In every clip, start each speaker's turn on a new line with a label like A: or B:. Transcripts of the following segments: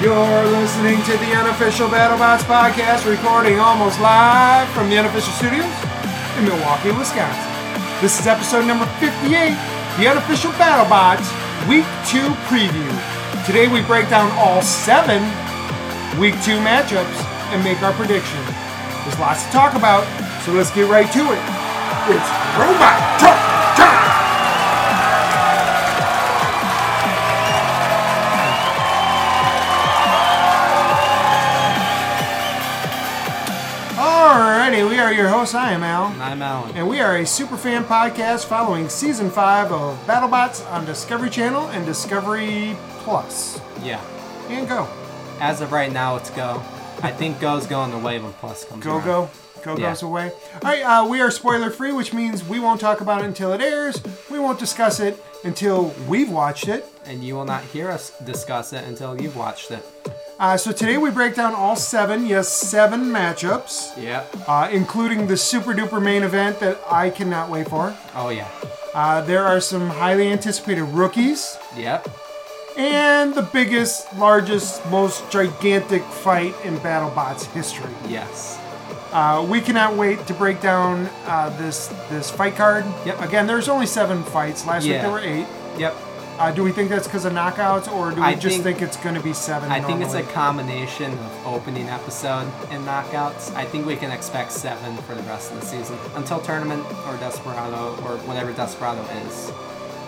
A: You're listening to the unofficial BattleBots podcast, recording almost live from the unofficial studios in Milwaukee, Wisconsin. This is episode number 58, the unofficial BattleBots Week 2 preview. Today we break down all seven Week 2 matchups and make our prediction. There's lots to talk about, so let's get right to it. It's Robot Truck Time! Alrighty, we are your hosts. I am Al.
B: I'm Alan.
A: And we are a superfan podcast following season five of BattleBots on Discovery Channel and Discovery Plus.
B: Yeah.
A: And go,
B: As of right now, it's Go. I think Go's going the way when Plus comes
A: go,
B: around.
A: go, go
B: Yeah.
A: goes away. All right, uh, we are spoiler free, which means we won't talk about it until it airs. We won't discuss it until we've watched it.
B: And you will not hear us discuss it until you've watched it.
A: Uh, so today we break down all seven, yes, seven matchups,
B: Yep.
A: uh, including the super duper main event that I cannot wait for.
B: Oh, yeah.
A: Uh, there are some highly anticipated rookies.
B: Yep.
A: and the biggest, largest, most gigantic fight in BattleBots history.
B: Yes.
A: Uh, we cannot wait to break down uh, this this fight card.
B: Yep.
A: Again, there's only seven fights. Last week
B: Yeah.
A: there were eight.
B: Yep.
A: Uh, do we think that's because of knockouts, or do we
B: I
A: just think,
B: think-
A: it's going to be seven?
B: I think it's a
A: normally?
B: combination of opening episode and knockouts. I think we can expect seven for the rest of the season until tournament or Desperado or whatever Desperado is.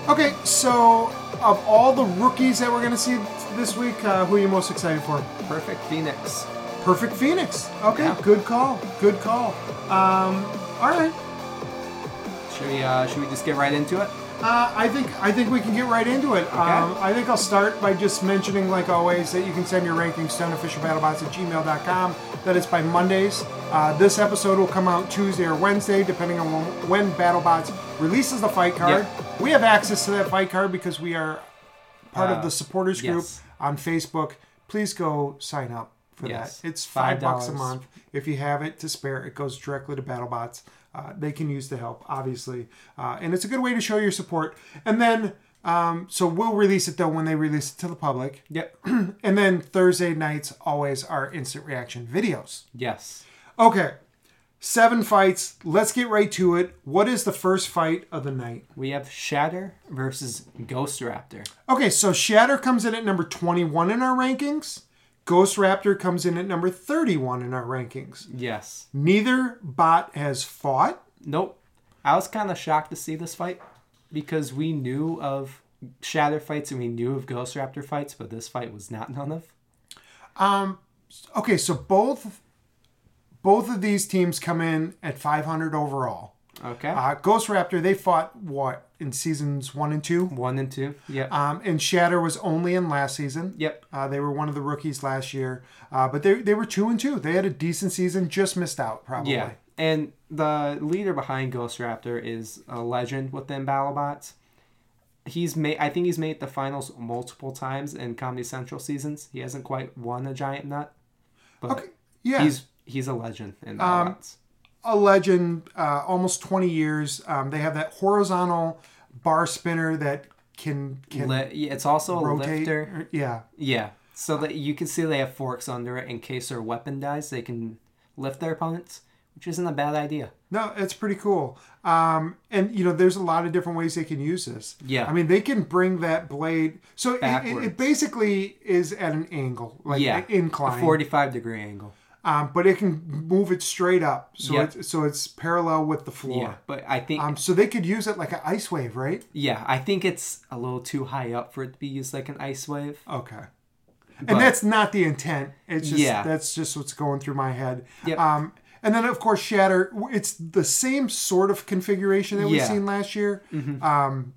A: okay. So, of all the rookies that we're going to see this week, uh, who are you most excited for?
B: Perfect Phoenix.
A: Perfect Phoenix. Okay,
B: Yeah.
A: good call. Good call. Um, all right.
B: Should we, uh, should we just get right into it?
A: Uh, I think I think we can get right into it. Um, I think I'll start by just mentioning, like always, that you can send your rankings to unofficialbattlebots at gmail.com. That it's by Mondays. Uh, this episode will come out Tuesday or Wednesday, depending on when, when BattleBots releases the fight card. We have access to that fight card because we are part of
B: Uh,
A: the supporters group
B: yes.
A: on Facebook. Please go sign up for
B: Yes.
A: that. It's 5 bucks a
B: $5.
A: month. If you have it to spare, it goes directly to BattleBots. Uh, they can use the help, obviously, uh, and it's a good way to show your support. And then, um, so we'll release it though when they release it to the public.
B: Yep.
A: And then Thursday nights always are instant reaction videos.
B: yes.
A: Okay, seven fights. Let's get right to it. What is the first fight of the night?
B: We have Shatter versus Ghost Raptor.
A: Okay, so Shatter comes in at number 21 in our rankings. Ghost Raptor comes in at number 31 in our rankings.
B: Yes.
A: Neither bot has fought.
B: Nope. I was kind of shocked to see this fight because we knew of Shatter fights and we knew of Ghost Raptor fights, but this fight was not none of.
A: Okay, so both both of these teams come in at 500 overall.
B: Okay.
A: Uh, Ghost Raptor, they fought what in seasons one and two,
B: One and two. Yep.
A: um, and Shatter was only in last season.
B: yep.
A: Uh, they were one of the rookies last year, uh, but they they were two and two. They had a decent season, just missed out probably.
B: Yeah. And the leader behind Ghost Raptor is a legend within BattleBots. He's made. I think he's made the finals multiple times in Comedy Central seasons. He hasn't quite won a giant nut, but
A: Okay. Yeah. Um,
B: he's he's a legend in BattleBots.
A: a legend, uh, almost 20 years. Um, they have that horizontal bar spinner that can can
B: Le- yeah, it's also a
A: rotate.
B: lifter.
A: or- Yeah.
B: Yeah. So that you can see they have forks under it in case their weapon dies, they can lift their opponents, which isn't a bad idea.
A: No, it's pretty cool. Um, and you know, there's a lot of different ways they can use this.
B: Yeah.
A: I mean, they can bring that blade. So it, it,
B: Backwards.
A: it basically is at an angle, like
B: yeah.
A: an incline.
B: A 45 degree angle.
A: um, but it can move it straight up, so
B: Yeah.
A: it's so it's parallel with the floor.
B: Yeah. But I think
A: Um, so they could use it like an ice wave, right?
B: yeah, I think it's a little too high up for it to be used like an ice wave.
A: Okay.
B: But-
A: and that's not the intent. It's just
B: Yeah.
A: that's just what's going through my head.
B: Yep.
A: Um, and then of course Shatter. It's the same sort of configuration that we've
B: Yeah. Mm-hmm.
A: seen last year, um,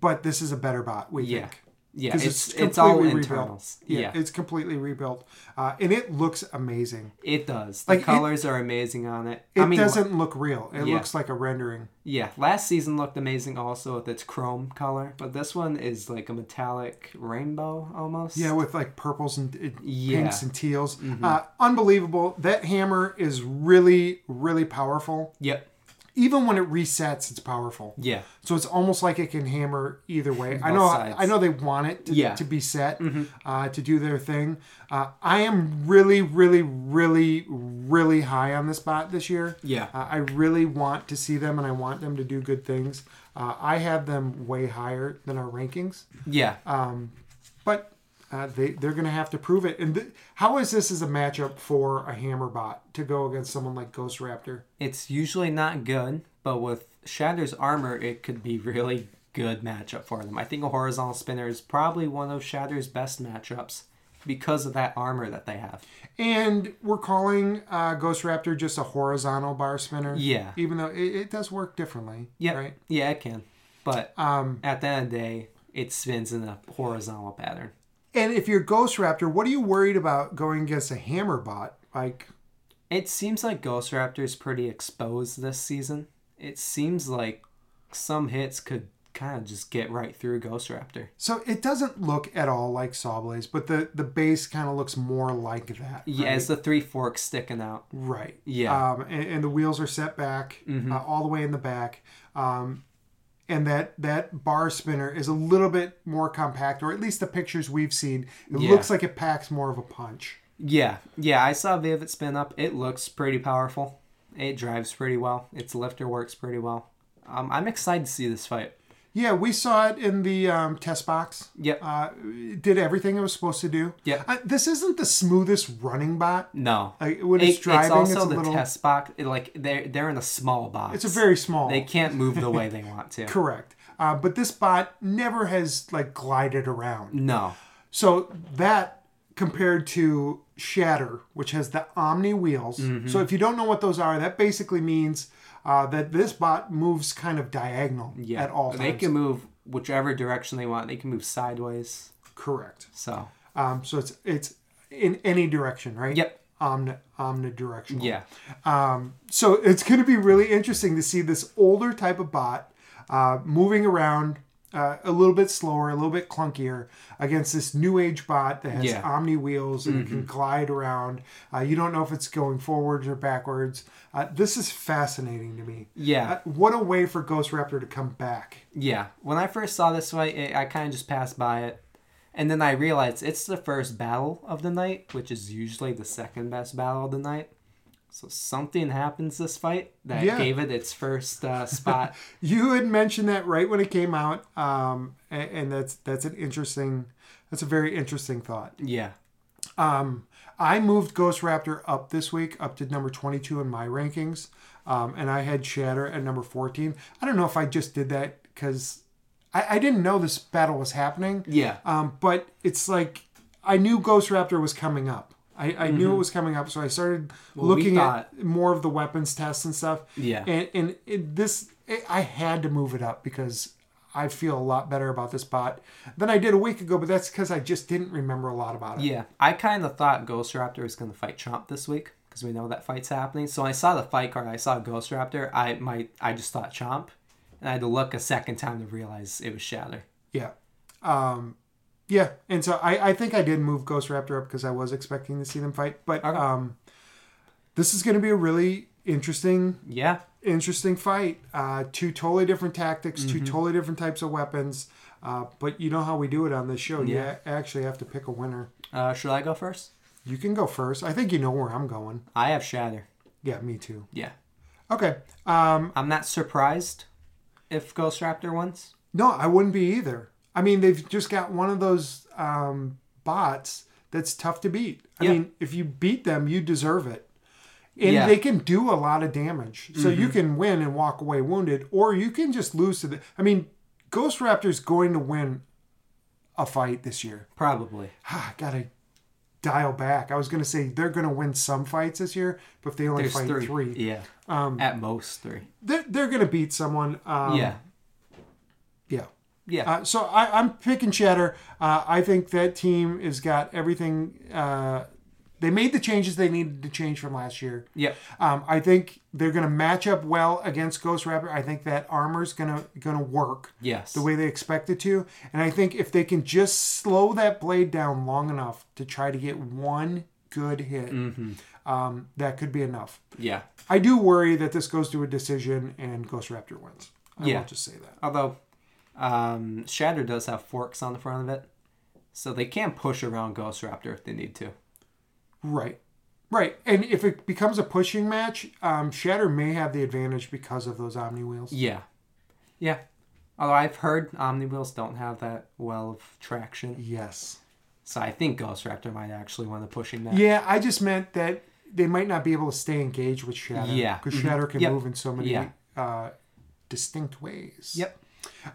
A: but this is a better bot. We
B: Yeah.
A: think.
B: Yeah,
A: 'Cause
B: it's it's, all
A: completely
B: internals.
A: Rebuilt.
B: Yeah,
A: it's completely rebuilt, uh, and it looks amazing.
B: it does. The
A: Like, it-
B: colors are amazing on it.
A: It
B: I mean,
A: doesn't look real. It
B: Yeah.
A: looks like a rendering.
B: yeah, last season looked amazing also with its chrome color, but this one is like a metallic rainbow almost.
A: Yeah, with like purples and uh,
B: Yeah. Mm-hmm.
A: pinks and teals. Uh, unbelievable. That hammer is really, really powerful.
B: Yep.
A: even when it resets, it's powerful.
B: Yeah.
A: So it's almost like it can hammer either way. I
B: Both
A: know.
B: sides.
A: I know they want it to,
B: Yeah. Mm-hmm.
A: to be set uh, to do their thing. Uh, I am really, really, really, really high on this bot this year.
B: Yeah.
A: Uh, I really want to see them, and I want them to do good things. Uh, I have them way higher than our rankings,
B: Yeah.
A: but uh, they they're going to have to prove it. And th- how is this as a matchup for a hammer bot to go against someone like Ghost Raptor?
B: It's usually not good, but with Shatter's armor, it could be really good matchup for them. I think a horizontal spinner is probably one of Shatter's best matchups because of that armor that they have.
A: And we're calling uh, Ghost Raptor just a horizontal bar spinner.
B: Yeah.
A: Even though it, it does work differently.
B: Yeah,
A: Right.
B: yeah, it can. But
A: Um,
B: at the end of the day, it spins in a horizontal pattern.
A: and if you're Ghost Raptor, what are you worried about going against a hammer bot? Like,
B: It seems like Ghost Raptor's pretty exposed this season. It seems like some hits could kind of just get right through Ghost Raptor.
A: so it doesn't look at all like Sawblaze, but the the base kind of looks more like that.
B: Yeah,
A: right?
B: it's the three forks sticking out.
A: Right.
B: Yeah. Mm-hmm.
A: Um, and, and the wheels are set back uh, all the way in the back. Um, and that that bar spinner is a little bit more compact, or at least the pictures we've seen, it
B: Yeah.
A: looks like it packs more of a punch.
B: Yeah, yeah, I saw Vivid spin up. It looks pretty powerful. It drives pretty well. Its lifter works pretty well. Um, I'm excited to see this fight.
A: Yeah, we saw it in the um, test box.
B: Yep.
A: Uh, it did everything it was supposed to do.
B: Yep.
A: Uh, this isn't the smoothest running bot.
B: No.
A: Like when
B: It-
A: it's driving, it's,
B: also
A: a
B: the
A: little.
B: test box. It, like they're they're in a small box.
A: It's a very small.
B: They can't move the way they want to.
A: correct. Uh, but this bot never has like glided around.
B: No.
A: So that compared to Shatter, which has the Omni wheels.
B: Mm-hmm.
A: So if you don't know what those are, that basically means uh, that this bot moves kind of diagonal
B: Yeah.
A: at all
B: They
A: times.
B: can move whichever direction they want. They can move sideways.
A: Correct.
B: So
A: Um, so it's it's in any direction, right?
B: Yep.
A: Omni omnidirectional.
B: yeah,
A: So it's going to be really interesting to see this older type of bot uh, moving around uh, a little bit slower, a little bit clunkier against this new age bot that has
B: Yeah. Mm-hmm.
A: omni wheels and can glide around. Uh, you don't know if it's going forwards or backwards. Uh, this is fascinating to me.
B: yeah,
A: Uh, what a way for Ghost Raptor to come back.
B: yeah. When I first saw this fight, it, I kind of just passed by it, and then I realized it's the first battle of the night, which is usually the second best battle of the night. So something happens this fight that
A: Yeah.
B: gave it its first uh, spot.
A: You had mentioned that right when it came out, um, a- and, that's that's an interesting, that's a very interesting thought.
B: yeah,
A: Um, I moved Ghost Raptor up this week, up to number 22 in my rankings, um, and I had Shatter at number 14. I don't know if I just did that because I, I didn't know this battle was happening.
B: yeah,
A: Um, but it's like I knew Ghost Raptor was coming up. I, I knew it was coming up, so I started
B: Mm-hmm. we
A: looking
B: thought-
A: at more of the weapons tests and stuff.
B: Yeah.
A: and and it, this it, I had to move it up because I feel a lot better about this bot than I did a week ago. But that's because I just didn't remember a lot about it.
B: yeah. I kind of thought Ghost Raptor was gonna fight Chomp this week because we know that fight's happening. So when I saw the fight card, I saw Ghost Raptor. I my I just thought Chomp, and I had to look a second time to realize it was Shatter.
A: Yeah. Um, yeah. And so I, I think I did move Ghost Raptor up because I was expecting to see them fight. But
B: Okay.
A: um, this is going to be a really interesting,
B: Yeah,
A: interesting fight. Uh, two totally different tactics, two totally different types of weapons. Uh, but you know how we do it on this show. You
B: Yeah.
A: a- actually have to pick a winner.
B: Uh, should I go first?
A: You can go first. I think you know where I'm going.
B: I have Shatter.
A: Yeah, me too.
B: Yeah.
A: Okay. Um,
B: I'm not surprised if Ghost Raptor wins.
A: no, I wouldn't be either. I mean, they've just got one of those um, bots that's tough to beat. I
B: Yeah.
A: mean, if you beat them, you deserve it. And
B: Yeah. Mm-hmm.
A: they can do a lot of damage. So you can win and walk away wounded, or you can just lose to the. I mean, Ghost Raptor's going to win a fight this year.
B: Probably.
A: Ah, gotta dial back. I was going to say they're going to win some fights this year, but if they only
B: There's
A: fight
B: three.
A: three,
B: Yeah. At most three.
A: they're, they're going to beat someone. Um,
B: yeah.
A: Yeah.
B: Yeah.
A: Uh, so I, I'm picking Shatter. Uh, I think that team has got everything. Uh, they made the changes they needed to change from last year.
B: yep.
A: Um, I think they're going to match up well against Ghost Raptor. I think that armor's going to going to work
B: Yes.
A: the way they expect it to, and I think if they can just slow that blade down long enough to try to get one good hit, um, that could be enough.
B: Yeah.
A: I do worry that this goes to a decision and Ghost Raptor wins. I
B: Yeah.
A: will just say that.
B: Although, um, Shatter does have forks on the front of it, so they can push around Ghost Raptor if they need to.
A: Right. Right. And if it becomes a pushing match, um, Shatter may have the advantage because of those Omni wheels.
B: Yeah. Yeah. Although I've heard Omni wheels don't have that well of traction,
A: Yes.
B: so I think Ghost Raptor might actually win the pushing match.
A: Yeah, I just meant that they might not be able to stay engaged with Shatter.
B: Yeah.
A: Because
B: Mhm.
A: Shatter can
B: Yep.
A: move in so many
B: Yeah.
A: uh, distinct ways.
B: Yep.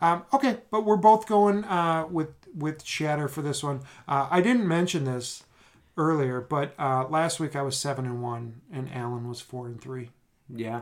A: Um, okay, but we're both going uh, with with Shatter for this one. Uh, I didn't mention this earlier, but uh, last week I was seven and one, and Alan was four and three.
B: Yeah.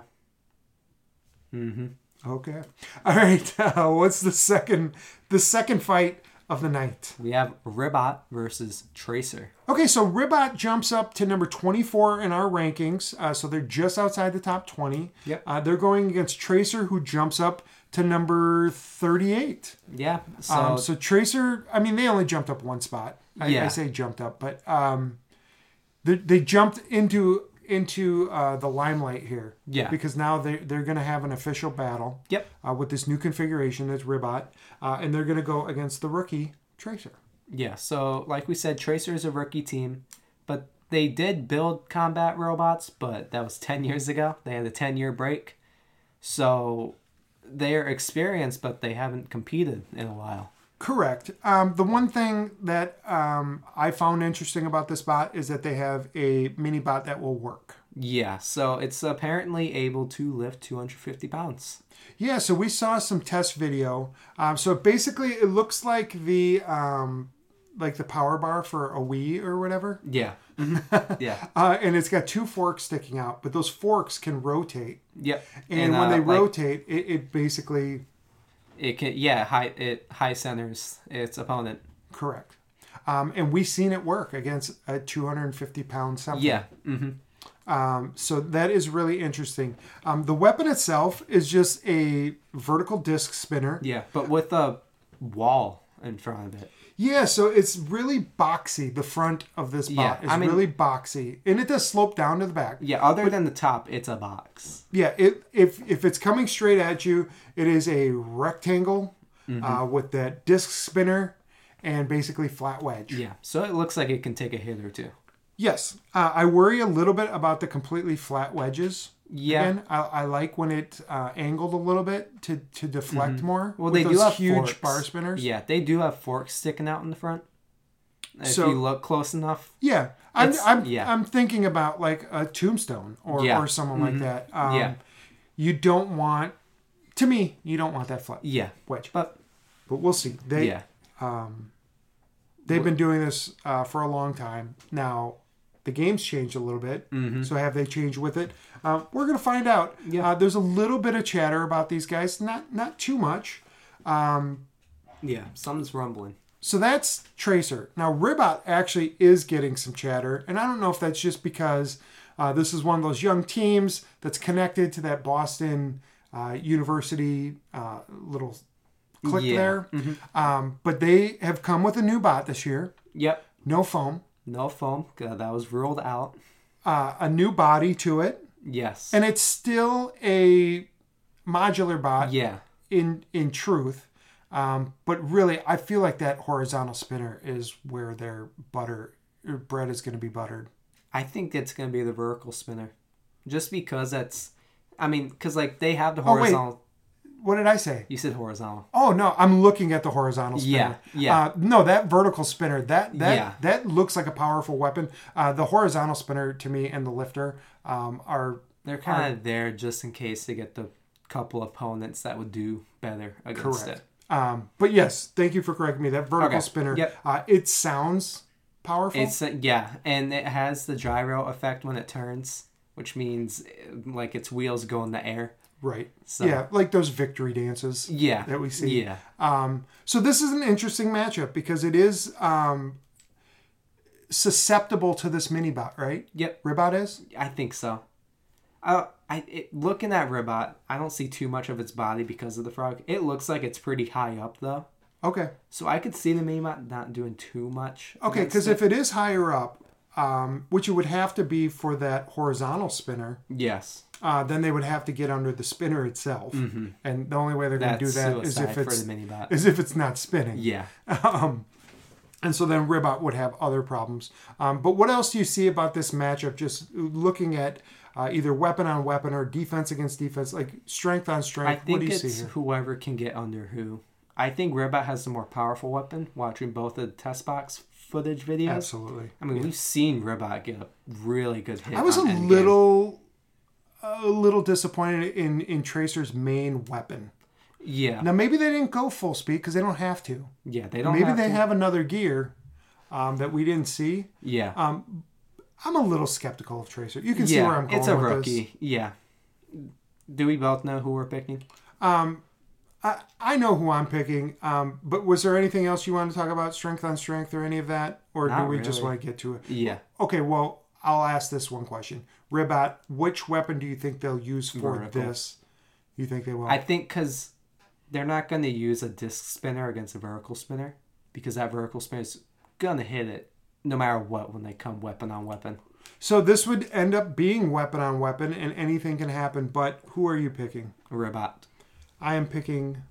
B: Mm-hmm.
A: Okay. All right. Uh, what's the second the second fight of the night?
B: We have Ribot versus Tracer.
A: Okay, so Ribot jumps up to number 24 in our rankings. Uh, so they're just outside the top 20.
B: Yep.
A: Uh, they're going against Tracer, who jumps up to number 38.
B: Yeah. So,
A: Um, so Tracer, I mean, they only jumped up one spot. I, I
B: Yeah.
A: say jumped up, but um, they, they jumped into into uh, the limelight here.
B: Yeah.
A: Because now they they're going to have an official battle.
B: Yep.
A: Uh, with this new configuration, that's Ribot, uh, and they're going to go against the rookie Tracer.
B: yeah. So like we said, Tracer is a rookie team, but they did build combat robots, but that was ten years ago. They had a ten year break, so they're experienced, but they haven't competed in a while.
A: Correct. Um, the one thing that um, I found interesting about this bot is that they have a mini bot that will work.
B: Yeah. So it's apparently able to lift two hundred fifty pounds.
A: Yeah, so we saw some test video. Um, so basically, it looks like the um, like the power bar for a Wii or whatever,
B: Yeah. yeah.
A: uh, and it's got two forks sticking out, but those forks can rotate.
B: Yep.
A: And, when
B: uh,
A: they
B: like,
A: rotate, it, it basically
B: it can yeah high it high centers its opponent.
A: correct. Um, and we've seen it work against a 250 pound something.
B: Yeah. Mm-hmm.
A: Um, so that is really interesting. Um, the weapon itself is just a vertical disc spinner.
B: Yeah. But with a wall in front of it.
A: Yeah, so it's really boxy. The front of this bot
B: Yeah,
A: is
B: I mean-
A: really boxy, and it does slope down to the back.
B: Yeah, other than the top, it's a box.
A: Yeah, it, if if it's coming straight at you, it is a rectangle
B: Mm-hmm.
A: uh, with that disc spinner and basically flat wedge.
B: Yeah, so it looks like it can take a hit or two.
A: Yes, uh, I worry a little bit about the completely flat wedges.
B: Yeah.
A: again. I, I like when it uh, angled a little bit to to deflect more.
B: Mm-hmm. Well,
A: with
B: they do
A: those
B: have
A: huge
B: forks.
A: bar spinners.
B: Yeah, they do have forks sticking out in the front. If
A: So-
B: you look close enough.
A: Yeah, I'm
B: It's-
A: I'm,
B: yeah.
A: I'm thinking about like a tombstone or
B: Yeah. Mm-hmm.
A: or someone like that. Um,
B: Yeah.
A: you don't want to me. You don't want that flat
B: Yeah,
A: wedge,
B: but
A: but we'll see. They
B: yeah,
A: they've been doing this uh, for a long time now. The game's changed a little bit, so have they changed with it? Uh, we're gonna find out.
B: Mm-hmm. Yeah.
A: Uh, there's a little bit of chatter about these guys, not not too much.
B: yeah, something's rumbling.
A: So that's Tracer. Now, Ribot actually is getting some chatter, and I don't know if that's just because uh, this is one of those young teams that's connected to that Boston uh, University uh, little click
B: Yeah.
A: there. Um, but they have come with a new bot this year
B: Yep,
A: no foam,
B: no foam. uh, That was ruled out.
A: uh, a new body to it,
B: Yes.
A: and it's still a modular bot
B: yeah,
A: in, in truth. Um, but really, I feel like that horizontal spinner is where their butter or bread is going to be buttered.
B: I think it's gonna be the vertical spinner, just because that's. I mean, because like they have the
A: Oh, wait.
B: horizontal.
A: What did I say?
B: You said horizontal.
A: Oh no, I'm looking at the horizontal spinner.
B: Yeah, yeah.
A: Uh, no, that vertical spinner that that
B: Yeah.
A: that looks like a powerful weapon. Uh, the horizontal spinner to me and the lifter um, are
B: They're kind of there just in case they get the couple opponents that would do better against
A: Correct.
B: it.
A: Um, but yes, thank you for correcting me. That vertical
B: Okay,
A: spinner.
B: yep.
A: Uh, it sounds powerful.
B: It's uh, yeah, and it has the gyro effect when it turns, which means eh, like its wheels go in the air.
A: right.
B: So-
A: Yeah, like those victory dances.
B: Yeah,
A: That we see.
B: Yeah,
A: Um, so this is an interesting matchup because it is um, susceptible to this mini bot, right?
B: yep,
A: Ribot is.
B: I think so. Uh, I it, looking at Ribot, I don't see too much of its body because of the frog. It looks like it's pretty high up though,
A: Okay.
B: so I could see the Mimot not doing too much.
A: Okay,
B: against
A: because
B: it.
A: if it is higher up, um, which it would have to be for that horizontal spinner.
B: Yes.
A: Uh, then they would have to get under the spinner itself, and the only way they're going to
B: Mm-hmm. That's
A: do that is
B: suicide
A: if
B: for
A: it's
B: the mini bot.
A: is if it's not spinning.
B: Yeah.
A: And so then Ribot would have other problems. Um, but what else do you see about this matchup? Just looking at uh, either weapon on weapon or defense against defense, like strength on
B: I
A: strength. What
B: think
A: do you see
B: it's
A: here?
B: whoever can get under who. I think Ribot has the more powerful weapon. Watching both of the test box footage videos,
A: Absolutely.
B: I mean, we've seen Ribot get a really good hit.
A: I was a
B: on Endgame.
A: little, a little disappointed in in Tracer's main weapon.
B: yeah,
A: Now maybe they didn't go full speed because they don't have to.
B: yeah. They don't.
A: Maybe
B: have
A: they
B: to-
A: have another gear um, that we didn't see.
B: Yeah,
A: I'm a little skeptical of Tracer. You can see
B: yeah.
A: where I'm going
B: it's a
A: with
B: rookie.
A: this.
B: Yeah. Do we both know who we're picking?
A: I, I know who I'm picking. Um, but was there anything else you wanted to talk about, strength on strength, or any of that, or do
B: Not
A: we just
B: really.
A: want to get to it?
B: Yeah,
A: Okay, well, I'll ask this one question. Ribot, which weapon do you think they'll use for
B: Vertical.
A: this? You think they will?
B: I think because they're not going to use a disc spinner against a vertical spinner because that vertical spinner's going to hit it no matter what when they come weapon on weapon.
A: so this would end up being weapon on weapon, and anything can happen. But who are you picking?
B: Robot.
A: I am picking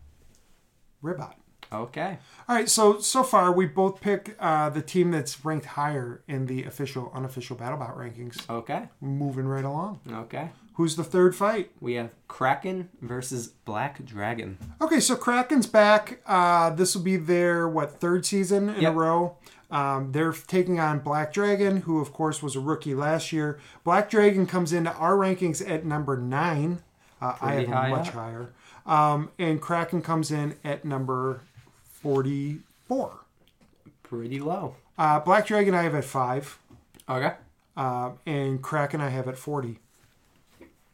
A: Ribot.
B: Okay.
A: All right, so so far we both pick uh, the team that's ranked higher in the official unofficial BattleBot rankings.
B: Okay.
A: Moving right along.
B: Okay.
A: Who's the third fight?
B: We have Kraken versus Black Dragon.
A: Okay, so Kraken's back. Uh, this will be their what third season in
B: Yep.
A: a row. Um, they're taking on Black Dragon, who of course was a rookie last year. Black Dragon comes into our rankings at number nine. Uh, I have
B: Pretty high
A: them much
B: up.
A: higher. Um, and Kraken comes in at number forty-four.
B: Pretty low.
A: Uh, Black Dragon I have at five.
B: Okay.
A: uh, and Kraken I have at 40. Um,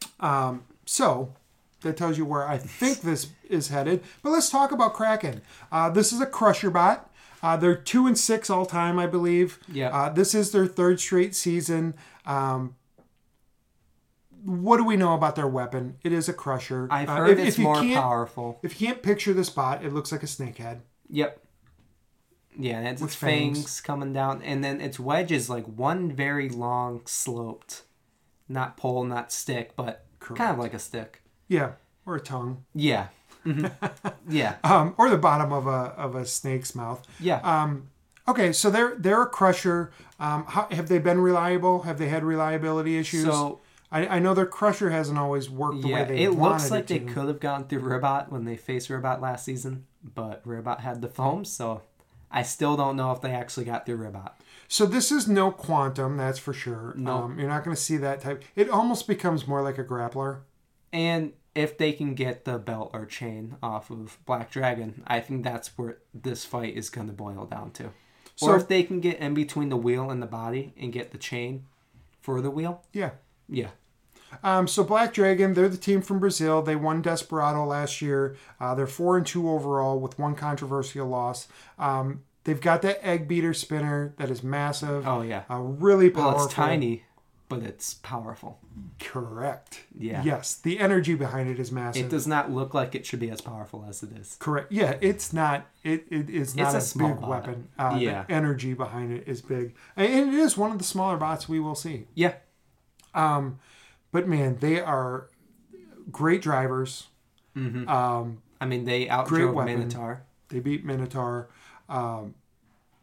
A: so that tells you where I think this is headed. But let's talk about Kraken. Uh, this is a crusher bot. Uh, they're two and six all time, I believe.
B: Yeah.
A: Uh, this is their third straight season. Um, what do we know about their weapon? It is a crusher.
B: I've
A: Uh,
B: heard
A: if-
B: it's
A: if you
B: more
A: can't-
B: powerful.
A: If you can't picture this bot, it looks like a snakehead.
B: Yep. Yeah, and it's,
A: With
B: its fangs.
A: fangs.
B: coming down, and then its wedge is like one very long, sloped, not pole, not stick, but kind of like a stick.
A: Yeah, or a tongue,
B: Yeah. Mhm. yeah.
A: um, or the bottom of a of a snake's mouth.
B: Yeah.
A: Um, Okay, so they're they're a crusher. Um, how, have they been reliable? Have they had reliability issues?
B: So-
A: I, I know their crusher hasn't always worked the
B: yeah.
A: way they
B: It
A: wanted
B: looks like
A: it
B: they
A: to.
B: could have gone through Robot when they faced Robot last season, but Robot had the foam, so I still don't know if they actually got through Robot.
A: So this is no quantum, that's for sure. No, um, you're not going to see that type. It almost becomes more like a grappler.
B: And if they can get the belt or chain off of Black Dragon, I think that's where this fight is going to boil down to.
A: So-
B: or if they can get in between the wheel and the body and get the chain for the wheel,
A: Yeah.
B: yeah.
A: Um, so Black Dragon, they're the team from Brazil. They won Desperado last year. Uh, they're four and two overall with one controversial loss. Um, they've got that egg beater spinner that is massive.
B: Oh, yeah.
A: Uh, really powerful.
B: Well, it's tiny, but it's powerful.
A: Correct.
B: Yeah.
A: Yes, the energy behind it is massive.
B: It does not look like it should be as powerful as it is.
A: Correct. Yeah, it's not. It it is not
B: a
A: a,
B: small
A: big
B: bot.
A: weapon. Uh,
B: Yeah.
A: The energy behind it is big, and and it is one of the smaller bots we will see.
B: Yeah.
A: But man, they are great drivers.
B: I mean, they
A: Great
B: outdrove
A: weapon.
B: Minotaur.
A: They beat Minotaur. Um,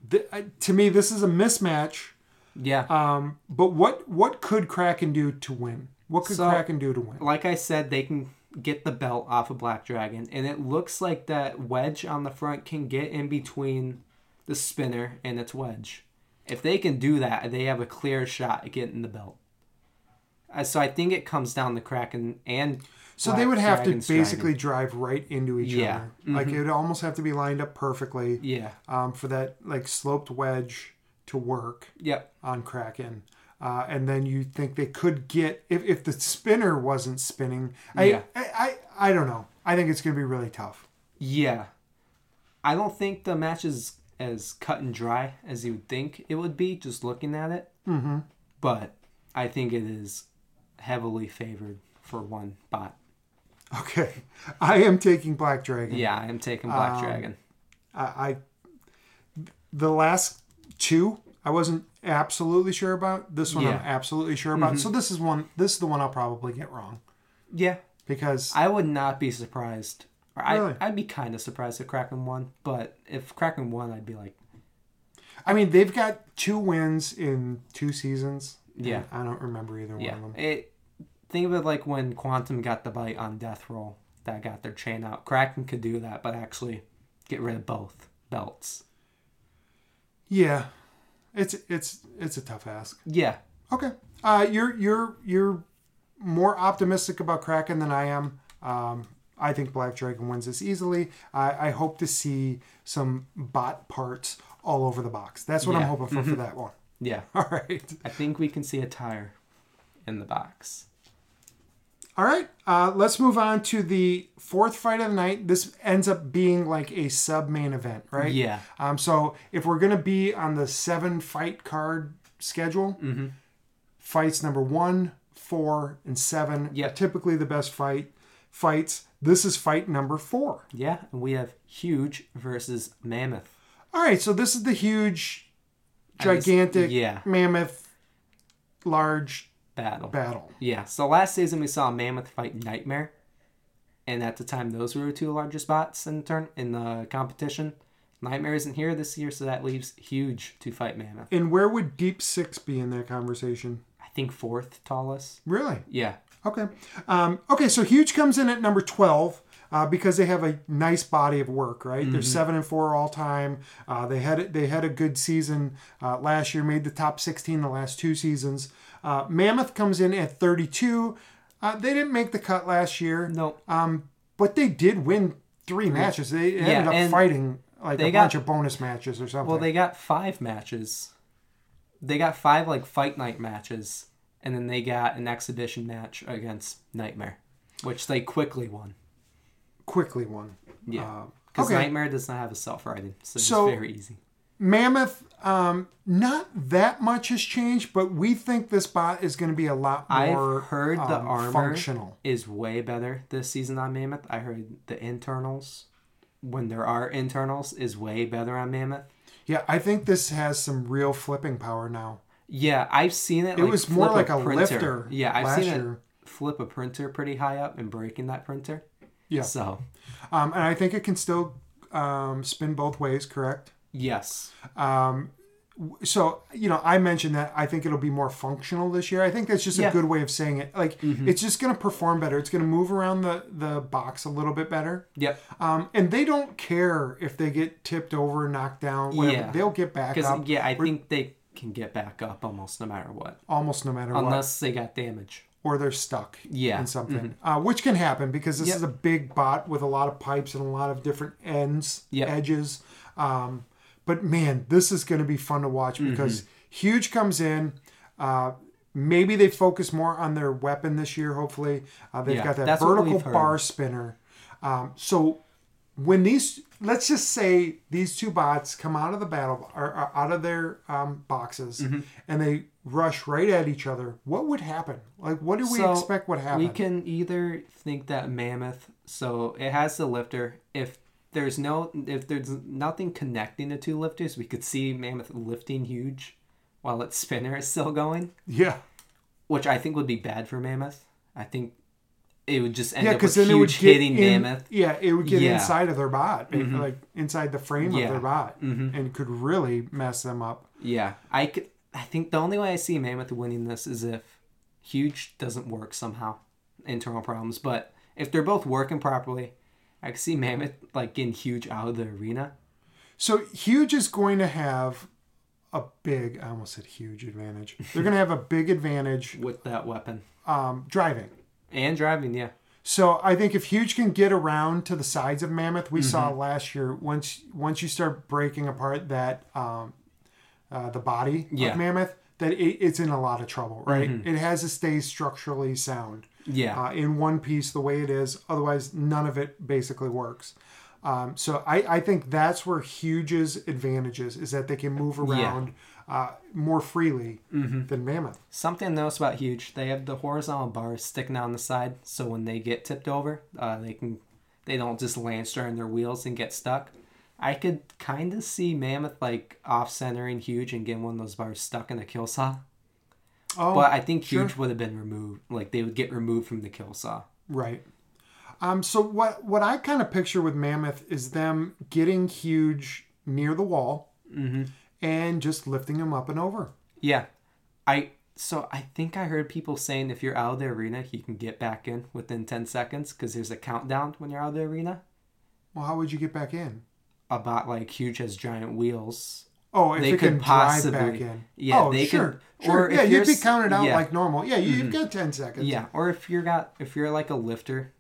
A: th- I- to me, this is a mismatch.
B: Yeah.
A: Um, but what what could Kraken do to win? What could
B: So-
A: Kraken do to win?
B: like I said, they can get the belt off of Black Dragon, and it looks like that wedge on the front can get in between the spinner and its wedge. If they can do that, they have a clear shot at getting the belt. Uh, So I think it comes down to Kraken and
A: So
B: Black
A: they would have to
B: Dragon's
A: basically
B: Dragon.
A: drive right into each
B: Yeah. Mm-hmm.
A: other. Like it would almost have to be lined up perfectly.
B: yeah,
A: um, for that like sloped wedge to work
B: yep,
A: on Kraken. Uh, and then you think they could get if, if the spinner wasn't spinning. I,
B: Yeah.
A: I, I I don't know. I think it's gonna be really tough.
B: yeah. I don't think the match is as cut and dry as you would think it would be just looking at it. Mm-hmm. But I think it is heavily favored for one bot.
A: Okay, I am taking Black Dragon.
B: Yeah, I am taking Black Dragon.
A: I, I the last two I wasn't absolutely sure about. This one I'm
B: Yeah. Mm-hmm.
A: absolutely sure about. So this is one. This is the one I'll probably get wrong
B: Yeah,
A: because
B: I would not be surprised. Or I,
A: Really?
B: I'd be kind of surprised if Kraken won, but if Kraken won, I'd be like,
A: I mean they've got two wins in two seasons.
B: Yeah.
A: I don't remember either
B: yeah.
A: one of them.
B: It, think of it like when Quantum got the bite on Death Roll that got their chain out. Kraken could do that, but actually get rid of both belts.
A: Yeah, it's it's it's a tough ask.
B: Yeah,
A: Okay. Uh, you're you're you're more optimistic about Kraken than I am. Um, I think Black Dragon wins this easily. I, I hope to see some bot parts all over the box. That's what I'm
B: Yeah.
A: hoping for for that one.
B: yeah.
A: All right.
B: I think we can see a tire in the box.
A: All right. Uh, let's move on to the fourth fight of the night. This ends up being like a sub main event, right?
B: Yeah.
A: Um, so if we're gonna be on the seven fight card schedule,
B: Mm-hmm.
A: fights number one, four, and seven
B: Yeah.
A: are typically the best fight fights. This is fight number four.
B: Yeah, and we have Huge versus Mammoth.
A: All right, so this is the huge,
B: I was-
A: gigantic,
B: yeah.
A: mammoth, large
B: Battle.
A: battle.
B: Yeah. So last season we saw Mammoth fight Nightmare, and at the time those were the two largest spots in the turn in the competition. Nightmare isn't here this year, so that leaves Huge to fight Mammoth.
A: And where would Deep Six be in that conversation?
B: I think fourth tallest.
A: Really?
B: Yeah.
A: Okay. Um, okay, so Huge comes in at number 12 uh, because they have a nice body of work, right?
B: Mm-hmm.
A: They're 7 and 4 all time. Uh, they had they had a good season uh, last year, made the top 16 the last two seasons. Uh, Mammoth comes in at 32. Uh, they didn't make the cut last year,
B: No.
A: um, but they did win three matches. They ended
B: Yeah,
A: up
B: and
A: fighting like
B: they
A: a
B: got-
A: bunch of bonus matches or something.
B: Well, they got five matches. They got five like fight night matches, and then they got an exhibition match against Nightmare, which they quickly won.
A: quickly won.
B: Yeah.
A: Uh,
B: Because
A: okay.
B: Nightmare does not have a self writing, so,
A: So-
B: it's very easy.
A: Mammoth, um, not that much has changed, but we think this bot is going to be a lot more
B: I've heard the
A: um,
B: armor
A: functional.
B: is way better this season on Mammoth. I heard the internals, when there are internals, is way better on Mammoth.
A: Yeah, I think this has some real flipping power now.
B: Yeah, I've seen it.
A: It was more like a
B: printer.
A: lifter
B: Yeah, I've
A: last
B: seen
A: year.
B: it flip a printer pretty high up and breaking that printer.
A: Yeah.
B: So
A: Um, and I think it can still um, spin both ways, correct?
B: yes,
A: So, you know, I mentioned that I think it'll be more functional this year. I think that's just a
B: Yeah. Mm-hmm.
A: good way of saying it. Like, it's just going to perform better. It's going to move around the, the box a little bit better.
B: yep.
A: Um, and they don't care if they get tipped over, knocked down, whatever.
B: Yeah.
A: They'll get back
B: Because
A: up
B: yeah, I think they can get back up almost no matter what,
A: almost no matter what.
B: unless they got damage.
A: or they're stuck
B: Yeah. Mm-hmm.
A: in something, uh, which can happen because this
B: Yep.
A: is a big bot with a lot of pipes and a lot of different ends,
B: Yep.
A: edges. Um, but man, this is going to be fun to watch
B: Mm-hmm.
A: because Huge comes in. Uh, maybe they focus more on their weapon this year, hopefully. Uh, they've
B: Yeah,
A: got that
B: that's what
A: vertical
B: we've heard.
A: bar spinner. Um, so when these, let's just say these two bots come out of the battle, or, or out of their um, boxes,
B: Mm-hmm.
A: and they rush right at each other, what would happen? Like, what do we
B: So,
A: expect would happen?
B: We can either think that mammoth, so it has the lifter. If there's no, if there's nothing connecting the two lifters, we could see mammoth lifting huge, while its spinner is still going,
A: yeah.
B: which I think would be bad for mammoth. I think it would just end
A: Yeah,
B: up with
A: because then it would
B: huge
A: get
B: hitting
A: in-
B: mammoth.
A: Yeah, it would get
B: Yeah. Mm-hmm.
A: inside of their bot, ba- like inside the frame of
B: Yeah. Mm-hmm.
A: their bot, and could really mess them up.
B: Yeah, I could. I think the only way I see Mammoth winning this is if Huge doesn't work somehow, internal problems. But if they're both working properly, I could see Mammoth like getting Huge out of the arena.
A: So huge is going to have a big, I almost said huge advantage. They're going to have a big advantage
B: with that weapon
A: um, driving.
B: and driving. Yeah,
A: So I think if Huge can get around to the sides of Mammoth, we saw
B: Mm-hmm.
A: last year. Once once you start breaking apart that um, uh, the body
B: Yeah. Mm-hmm.
A: of Mammoth, that it, it's in a lot of trouble, right? It has to stay structurally sound
B: yeah,
A: uh, in one piece the way it is. Otherwise, none of it basically works. Um, so I, I think that's where Huge's advantage is, is that they can move around uh, more freely
B: Mm-hmm.
A: than Mammoth.
B: something else about huge. They have the horizontal bars sticking out on the side, so when they get tipped over, uh, they can they don't just land during their wheels and get stuck. I could kind of see Mammoth like off centering Huge and getting one of those bars stuck in the kill saw.
A: Oh,
B: but I think
A: sure.
B: Huge would have been removed. Like they would get removed from the kill saw.
A: Right. Um, so what what I kind of picture with Mammoth is them getting huge near the wall
B: Mm-hmm.
A: and just lifting him up and over.
B: Yeah, I. So I think I heard people saying if you're out of the arena, you can get back in within ten seconds because there's a countdown when you're out of the arena.
A: Well, how would you get back in?
B: About like Huge has giant wheels.
A: Oh, if
B: They
A: it
B: could
A: can
B: possibly-
A: drive back in.
B: yeah,
A: oh,
B: they could-
A: sure. sure.
B: or
A: yeah,
B: if
A: you'd be
B: you're s-
A: counted out
B: yeah. Mm-hmm.
A: like normal. Yeah, you, you've got ten seconds.
B: Yeah, or if you're got if you're like a lifter,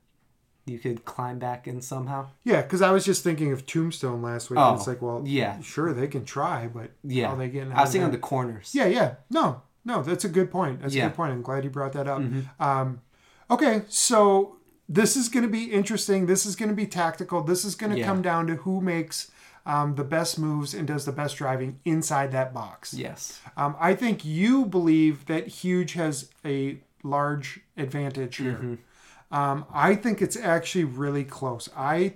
B: you could climb back in somehow.
A: Yeah, because I was just thinking of Tombstone last week.
B: Oh,
A: and it's like, well,
B: yeah.
A: sure they can try, but
B: Yeah,
A: how are they getting?
B: I was
A: out of
B: thinking
A: that?
B: of the corners.
A: Yeah, yeah. No, no, that's a good point. That's a
B: Yeah. Mm-hmm.
A: good point. I'm glad you brought that up. Um, okay, so this is going to be interesting. This is going to be tactical. This is going to
B: Yeah.
A: come down to who makes um, the best moves and does the best driving inside that box.
B: Yes.
A: Um, I think you believe that Huge has a large advantage here.
B: Mm-hmm.
A: Um, I think it's actually really close. I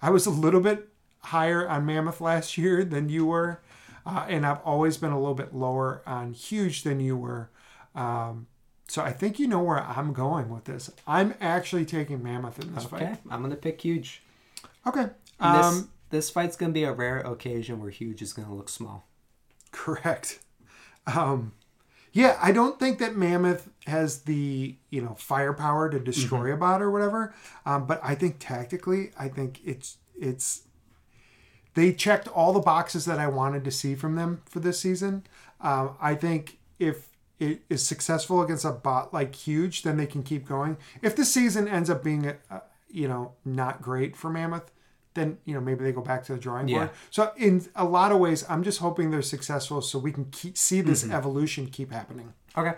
A: I was a little bit higher on Mammoth last year than you were, uh, and I've always been a little bit lower on Huge than you were. Um, so I think you know where I'm going with this. I'm actually taking Mammoth in this
B: Okay, I'm gonna pick Huge.
A: fight. Okay.
B: And
A: Um,
B: this this fight's gonna be a rare occasion where Huge is gonna look small.
A: Correct. Um, yeah, I don't think that Mammoth has the you know firepower to destroy a bot or whatever. Um, but I think tactically, I think it's it's they checked all the boxes that I wanted to see from them for this season. Um, I think if it is successful against a bot like Huge, then they can keep going. If the season ends up being, uh, you know, not great for Mammoth, then you know maybe they go back to the drawing board.
B: Yeah.
A: So in a lot of ways, I'm just hoping they're successful so we can keep see this
B: Mm-hmm.
A: evolution keep happening.
B: Okay.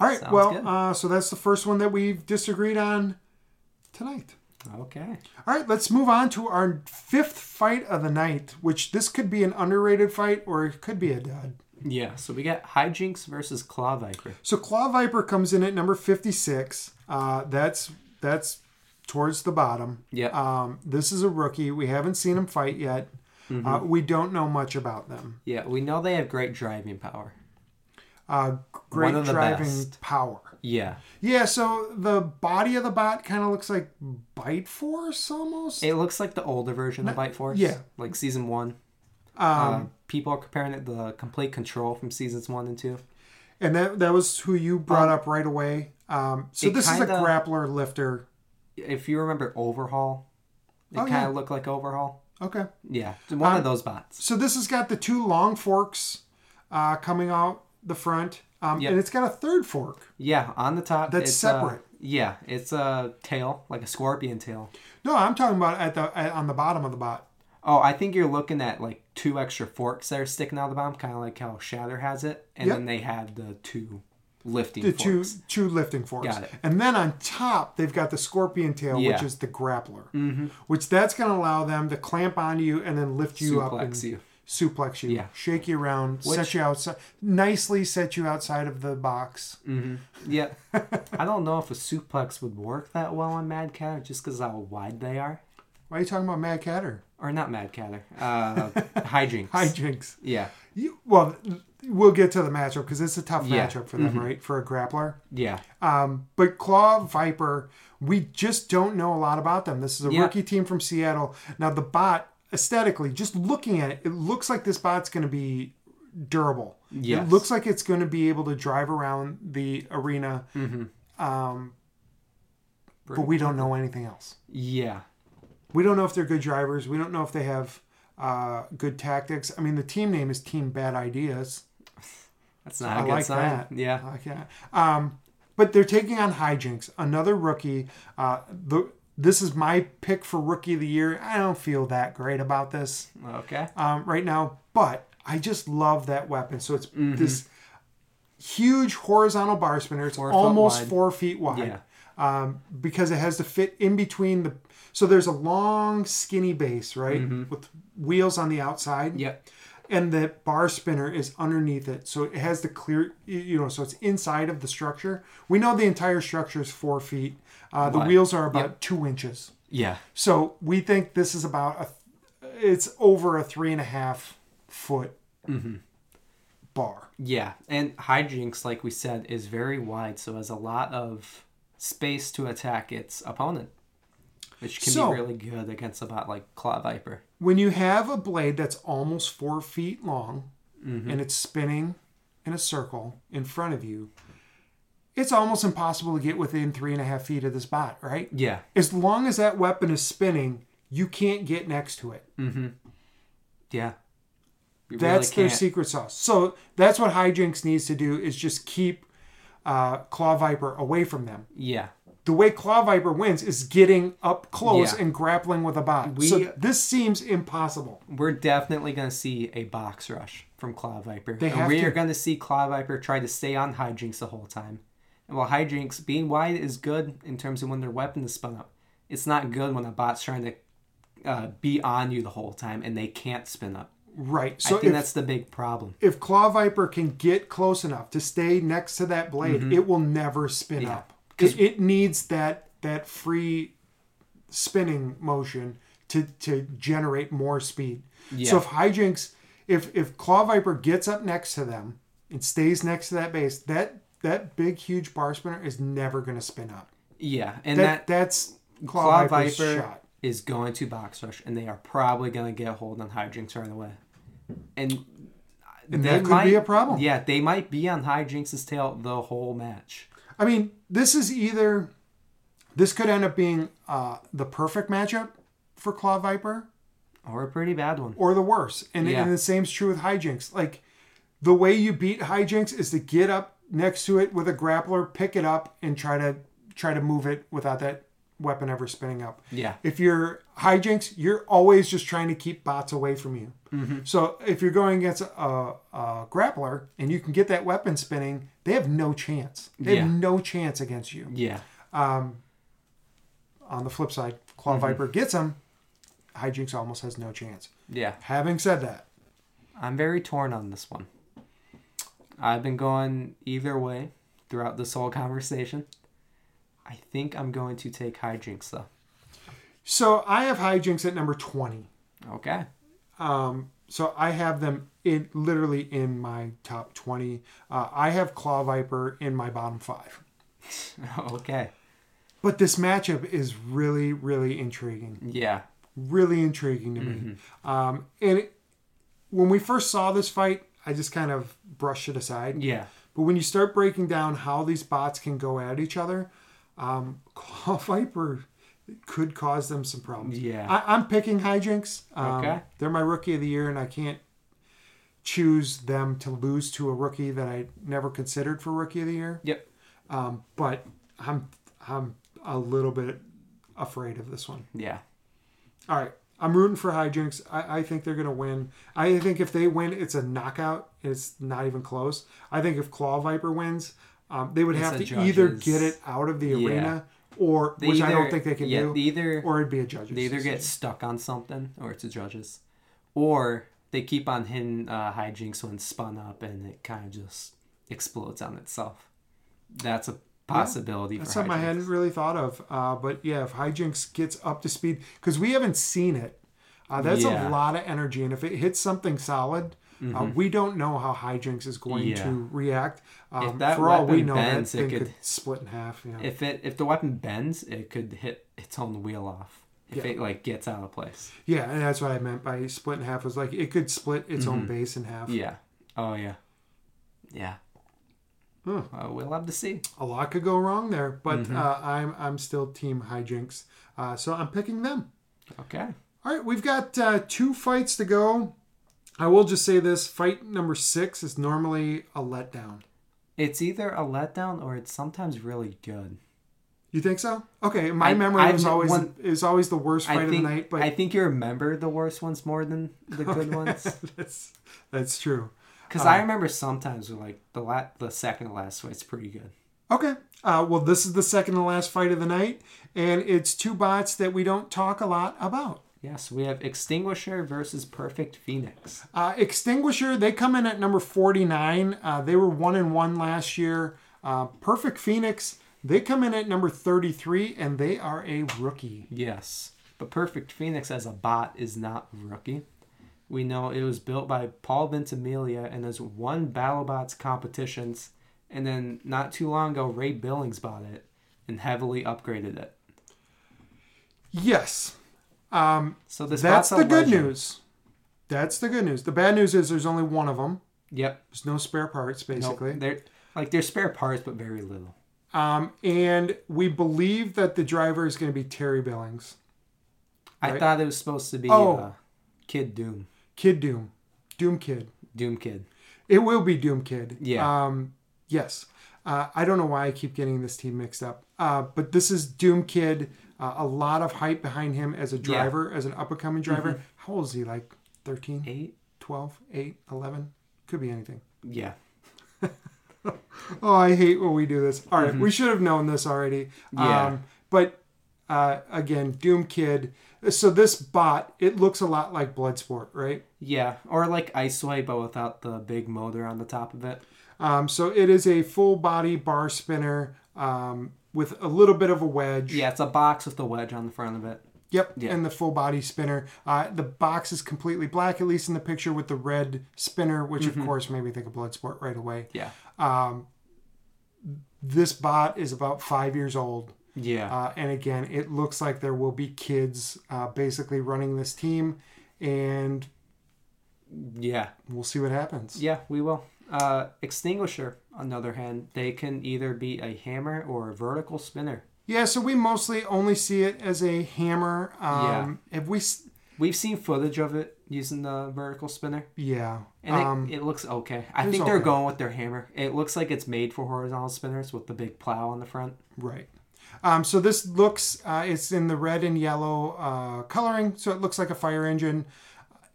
A: All right.
B: Sounds
A: well,
B: good.
A: uh, so that's the first one that we've disagreed on tonight.
B: Okay.
A: All right, let's move on to our fifth fight of the night, which this could be an underrated fight or it could be a dud.
B: Yeah. So we got Hijinks versus Claw Viper.
A: So Claw Viper comes in at number 56. Uh, that's that's towards the bottom.
B: Yep.
A: Um, this is a rookie. We haven't seen him fight yet.
B: Mm-hmm.
A: Uh, we don't know much about them.
B: Yeah. We know they have great driving power.
A: Uh, great
B: One of the
A: driving
B: best.
A: power.
B: Yeah.
A: Yeah, so the body of the bot kind of looks like Bite Force almost.
B: It looks like the older version of Bite Force.
A: yeah.
B: Like season one. um, people are comparing it to the complete control from seasons one and two.
A: and that that was who you brought up right away. Um, so
B: it
A: this is a
B: kinda-
A: grappler lifter.
B: If you remember Overhaul, it
A: Oh,
B: kind of
A: yeah. Um,
B: looked like Overhaul.
A: Okay.
B: Yeah. One of those bots.
A: So this has got the two long forks uh, coming out the front, um,
B: Yep.
A: and it's got a third fork.
B: Yeah. On the top.
A: That's
B: it's, uh,
A: separate.
B: yeah. It's a tail, like a scorpion tail.
A: No, I'm talking about at the at, on the bottom of the bot.
B: Oh, I think you're looking at like two extra forks that are sticking out of the bottom, kind of like how Shatter has it, and
A: Yep.
B: then they have the two lifting
A: The two
B: forks.
A: two lifting forks,
B: Got it.
A: and then on top they've got the scorpion tail, which
B: Yeah.
A: is the grappler, mm-hmm. which that's going to allow them to clamp onto you and then lift you up and
B: Suplex you.
A: suplex you,
B: Yeah.
A: shake you around, set you outside, nicely set you outside of the box.
B: Mm. Yeah, I don't know if a suplex would work that well on Mad Catter, just because how wide they are,
A: Why are you talking about Mad Catter?
B: or not Mad Catter, uh, hijinks.
A: Hijinks.
B: yeah,
A: You, well, we'll get to the matchup because it's a tough
B: Yeah. Mm-hmm.
A: matchup for them, right? For a grappler.
B: yeah,
A: Um, but Claw Viper, we just don't know a lot about them. This is a
B: Yeah.
A: rookie team from Seattle. Now, the bot, aesthetically, just looking at it, it looks like this bot's going to be durable. It
B: Yes.
A: looks like it's going to be able to drive around the arena.
B: Mm-hmm.
A: Um, but we don't know anything else.
B: yeah,
A: We don't know if they're good drivers. We don't know if they have uh, good tactics. I mean, the team name is Team Bad Ideas.
B: that's not a
A: I
B: good
A: like
B: sign.
A: that.
B: Yeah,
A: I can't. Um, but they're taking on Hijinks, another rookie. Uh, the this is my pick for rookie of the year. I don't feel that great about this
B: okay,
A: um, right now, but I just love that weapon. So it's
B: Mm-hmm.
A: this huge horizontal bar spinner. It's
B: Four foot
A: almost
B: wide.
A: four feet wide
B: Yeah.
A: um, because it has to fit in between the. So there's a long, skinny base, right,
B: Mm-hmm.
A: with wheels on the outside
B: yep,
A: and the bar spinner is underneath it so it has the clear you- you know so it's inside of the structure we know the entire structure is four feet uh, the
B: Wide.
A: wheels are about two inches
B: yeah,
A: so we think this is about a, it's over a three and a half foot bar.
B: Yeah, and hijinks, like we said, is very wide, so has a lot of space to attack its opponent, which can
A: So-
B: be really good against a bot like Claw Viper.
A: When you have a blade that's almost four feet long and it's spinning in a circle in front of you, it's almost impossible to get within three and a half feet of this bot, right?
B: Yeah,
A: As long as that weapon is spinning, you can't get next to it.
B: yeah. You really
A: That's their
B: can't-
A: secret sauce. So that's what Hijinx needs to do is just keep uh, Claw Viper away from them.
B: Yeah,
A: The way Claw Viper wins is getting up close
B: Yeah.
A: and grappling with a bot.
B: We-
A: so this seems impossible.
B: we're definitely going to see a box rush from Claw Viper.
A: They
B: and
A: have
B: we
A: to.
B: are going to see Claw Viper try to stay on hijinks the whole time. And while hijinks being wide is good in terms of when their weapon is spun up, it's not good when a bot's trying to uh, be on you the whole time and they can't spin up.
A: Right. So
B: I think
A: if,
B: that's the big problem.
A: if Claw Viper can get close enough to stay next to that blade,
B: Mm-hmm.
A: it will never spin up. It, it needs that that free spinning motion to to generate more speed. So
B: Yeah.
A: if hijinks, if if Claw Viper gets up next to them and stays next to that base, that that big huge bar spinner is never going to spin up.
B: Yeah, and
A: That,
B: that,
A: that's Claw,
B: Claw
A: Viper's
B: Viper
A: shot.
B: is going to box rush, and they are probably going to get a hold on hijinks right away. And,
A: And
B: they
A: that could
B: might,
A: be a problem.
B: Yeah, they might be on hijinks' tail the whole match.
A: I mean, this is either this could end up being uh, the perfect matchup for Claw Viper
B: Or a pretty bad one.
A: or the worse. And,
B: Yeah.
A: and the same's true with hijinks. Like the way you beat hijinks is to get up next to it with a grappler, pick it up, and try to try to move it without that weapon ever spinning up.
B: Yeah.
A: If you're hijinks, you're always just trying to keep bots away from you.
B: Mm-hmm.
A: So if you're going against a, a grappler and you can get that weapon spinning, they have no chance. They have
B: Yeah.
A: no chance against you
B: Yeah.
A: on the flip side, Claw
B: Mm-hmm.
A: Viper gets him. Hijinks almost has no chance.
B: Yeah.
A: Having said that,
B: I'm very torn on this one. I've been going either way throughout this whole conversation. I think I'm going to take hijinks though.
A: so I have Hijinks at number 20.
B: Okay.
A: Um, so I have them in literally in my top 20. Uh, I have Claw Viper in my bottom five.
B: okay.
A: But this matchup is really, really intriguing.
B: Yeah.
A: really intriguing to me. Um, and it, when we first saw this fight, I just kind of brushed it aside.
B: Yeah.
A: But when you start breaking down how these bots can go at each other, um, Claw Viper could cause them some problems.
B: Yeah.
A: I, I'm picking Hijinks. Um,
B: Okay.
A: They're my rookie of the year, and I can't choose them to lose to a rookie that I never considered for rookie of the year.
B: Yep.
A: Um, but I'm I'm a little bit afraid of this one.
B: Yeah.
A: All right. I'm rooting for hijinks. I, I think they're going to win. I think if they win, it's a knockout. It's not even close. I think if Claw Viper wins, um, they would
B: It's
A: have
B: a
A: to
B: judges-
A: either get it out of the
B: Yeah.
A: arena, or
B: They
A: which I don't
B: either-
A: think they can
B: yeah,
A: do,
B: they either-
A: or it'd be a judges.
B: They either
A: decision.
B: get stuck on something, or it's a judges, or they keep on hitting uh, hijinks when spun up, and it kind of just explodes on itself. That's a possibility.
A: That's
B: for
A: something I
B: hijinks.
A: hadn't really thought of. Uh, but yeah, if hijinks gets up to speed, because we haven't seen it, uh, that's a
B: Yeah. Mm-hmm.
A: lot of energy. And if it hits something solid, uh, we don't know how hijinks is going
B: Yeah.
A: to react. Um,
B: that
A: for all we
B: weapon
A: know,
B: bends,
A: that
B: it
A: thing could,
B: could-
A: split in half. Yeah.
B: If it if the weapon bends, it could hit its own wheel off. If
A: Yeah.
B: it like gets out of place.
A: Yeah, and that's what I meant by split in half was like it could split its own base in half.
B: Mm-hmm. Yeah. Oh yeah. Yeah.
A: Hmm.
B: Uh, we'll have to see.
A: A lot could go wrong there, but
B: Mm-hmm.
A: uh, I'm I'm still team hijinks, uh, so I'm picking them.
B: Okay.
A: All right, we've got uh, two fights to go. I will just say this: fight number six is normally a letdown.
B: It's either a letdown or it's sometimes really good.
A: You think so? Okay, my
B: I-
A: memory
B: I've
A: was
B: ne-
A: always
B: one-
A: is always the worst fight
B: I
A: of
B: think
A: the night, but
B: I think you remember the worst ones more than the good ones.
A: that's that's true.
B: Because I remember sometimes we're like the la- the second to last fight's pretty good.
A: Okay. Uh, well, this is the second and last fight of the night, and it's two bots that we don't talk a lot about.
B: Yes, we have Extinguisher versus Perfect Phoenix.
A: Uh, Extinguisher, they come in at number 49. Uh, they were one and one last year. Uh, Perfect Phoenix, they come in at number 33, and they are a rookie.
B: Yes. But Perfect Phoenix as a bot is not rookie. We know it was built by Paul Ventimiglia and has won BattleBots competitions. And then not too long ago, Ray Billings bought it and heavily upgraded it.
A: Yes. Um,
B: So this
A: that's
B: bot's
A: the
B: a
A: good
B: legend.
A: news. That's the good news. The bad news is there's only one of them.
B: Yep.
A: There's no spare parts,
B: Nope.
A: basically.
B: They're like they're spare parts, but very little.
A: Um, and we believe that the driver is going to be Terry Billings,
B: I
A: Right.
B: thought it was supposed to be
A: Oh.
B: uh, Kid Doom,
A: Kid Doom, Doom Kid.
B: Doom Kid.
A: It will be Doom Kid.
B: Yeah.
A: Um, yes. Uh, I don't know why I keep getting this team mixed up, uh, but this is Doom Kid. Uh, a lot of hype behind him as a driver, as an up and coming driver. How old is he? Like 13,
B: Mm-hmm. Eight.
A: 12, 8, 11? Could be anything.
B: Yeah.
A: Oh, I hate when we do this. All right, we should have known this already.
B: Mm-hmm. Yeah.
A: Um, but uh, again, Doom Kid. So this bot, it looks a lot like Bloodsport, right?
B: Yeah, or like Iceway, but without the big motor on the top of it.
A: Um, so it is a full body bar spinner um, with a little bit of a wedge.
B: Yeah, it's a box with the wedge on the front of it.
A: Yep.
B: Yeah.
A: And the full body spinner. Uh, the box is completely black, at least in the picture, with the red spinner, which
B: Mm-hmm.
A: of course made me think of Bloodsport right away.
B: Yeah.
A: This bot is about five years old.
B: Yeah.
A: Uh, and again, it looks like there will be kids uh, basically running this team, and
B: yeah.
A: we'll see what happens.
B: Yeah, we will. Uh, Extinguisher, on the other hand, they can either be a hammer or a vertical spinner.
A: Yeah, so we mostly only see it as a hammer. Um, Have we? s-
B: We've seen footage of it using the vertical spinner,
A: Yeah.
B: and
A: um,
B: it, it looks okay. I
A: it's
B: think they're
A: okay.
B: going with their hammer. It looks like it's made for horizontal spinners with the big plow on the front.
A: Right. Um, so this looks, uh, it's in the red and yellow uh, coloring, so it looks like a fire engine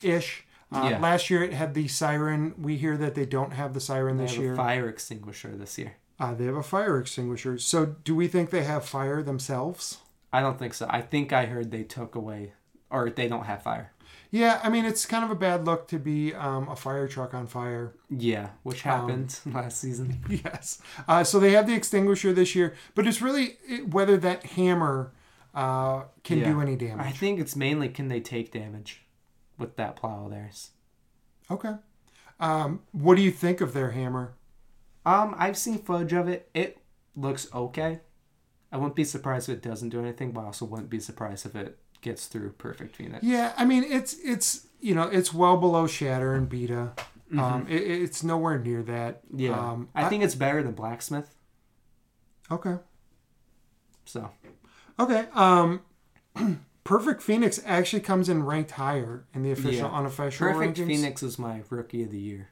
A: ish. Uh,
B: Yeah.
A: Last year it had the siren. We hear that they don't have the siren
B: They
A: this
B: have
A: year.
B: a fire extinguisher this year.
A: uh, they have a fire extinguisher. So do we think they have fire themselves?
B: I don't think so. I think I heard they took away, or they don't have fire.
A: Yeah, I mean, it's kind of a bad look to be um, a fire truck on fire.
B: Yeah, which
A: Um,
B: happened last season.
A: yes. Uh, so they have the extinguisher this year, but it's really it, whether that hammer uh, can
B: Yeah.
A: do any damage.
B: I think it's mainly can they take damage with that plow of theirs.
A: Okay. Um, what do you think of their hammer?
B: Um, I've seen footage of it. It looks okay. I wouldn't be surprised if it doesn't do anything, but I also wouldn't be surprised if it gets through perfect Phoenix.
A: Yeah, I mean it's it's you know it's well below Shatter and Beta. Um, it, it- it's nowhere near that.
B: Mm-hmm. Yeah,
A: Um,
B: I think it's better than blacksmith.
A: okay.
B: So
A: Okay. Um, Perfect Phoenix actually comes in ranked higher in the official
B: Yeah.
A: unofficial
B: perfect
A: rankings.
B: Phoenix is my rookie of the year.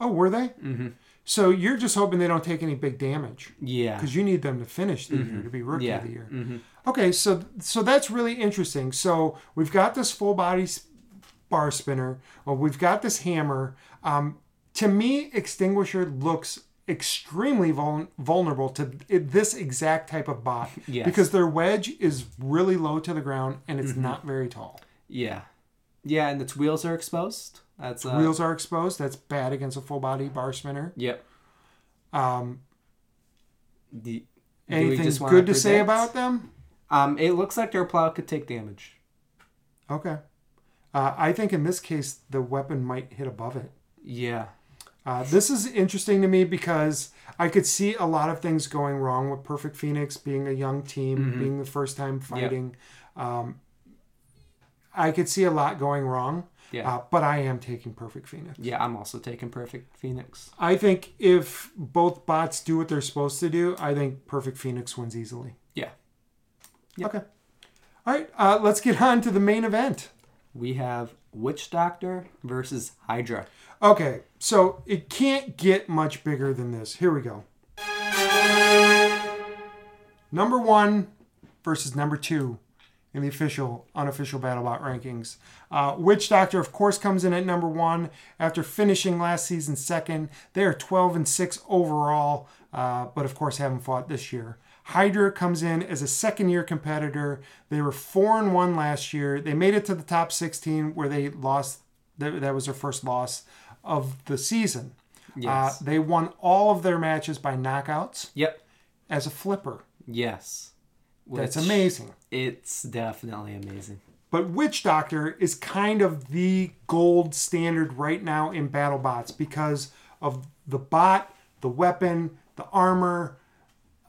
A: Oh, were they? Mm-hmm. So you're just hoping they don't take any big damage
B: Yeah,
A: because you need them to finish the year to be rookie
B: yeah,
A: of the year.
B: hmm
A: Okay, so so that's really interesting. So we've got this full body s- bar spinner. Well, we've got this hammer. Um, to me, extinguisher looks extremely vul- vulnerable to i- this exact type of bot
B: Yes. Mm-hmm.
A: because their wedge is really low to the ground and it's not very tall.
B: yeah, yeah, and its wheels are exposed. That's uh,
A: Wheels are exposed. That's bad against a full body bar spinner.
B: Yep.
A: Um,
B: The, do we
A: anything
B: just wanna
A: good to say
B: predict?
A: about them?
B: Um, it looks like their plow could take damage.
A: Okay. Uh, I think in this case, the weapon might hit above it.
B: Yeah.
A: Uh, this is interesting to me because I could see a lot of things going wrong with Perfect Phoenix being a young team, being the first time fighting. Um, I could see a lot going wrong,
B: Yeah.
A: uh, but I am taking Perfect Phoenix.
B: Yeah, I'm also taking Perfect Phoenix.
A: I think if both bots do what they're supposed to do, I think Perfect Phoenix wins easily.
B: Yeah.
A: Okay. All right, uh, let's get on to the main event.
B: We have Witch Doctor versus Hydra.
A: Okay, so it can't get much bigger than this. Here we go. Number one versus number two in the official, unofficial BattleBot rankings. Uh, Witch Doctor, of course, comes in at number one after finishing last season second. They are 12 and 6 overall, uh, but of course haven't fought this year. Hydra comes in as a second year competitor. They were 4 and 1 last year. They made it to the top 16 where they lost that, that was their first loss of the season.
B: Yes.
A: Uh, they won all of their matches by knockouts
B: Yep.
A: as a flipper.
B: Yes.
A: That's
B: Which-
A: amazing.
B: It's definitely amazing.
A: But Witch Doctor is kind of the gold standard right now in battle bots because of the bot, the weapon, the armor,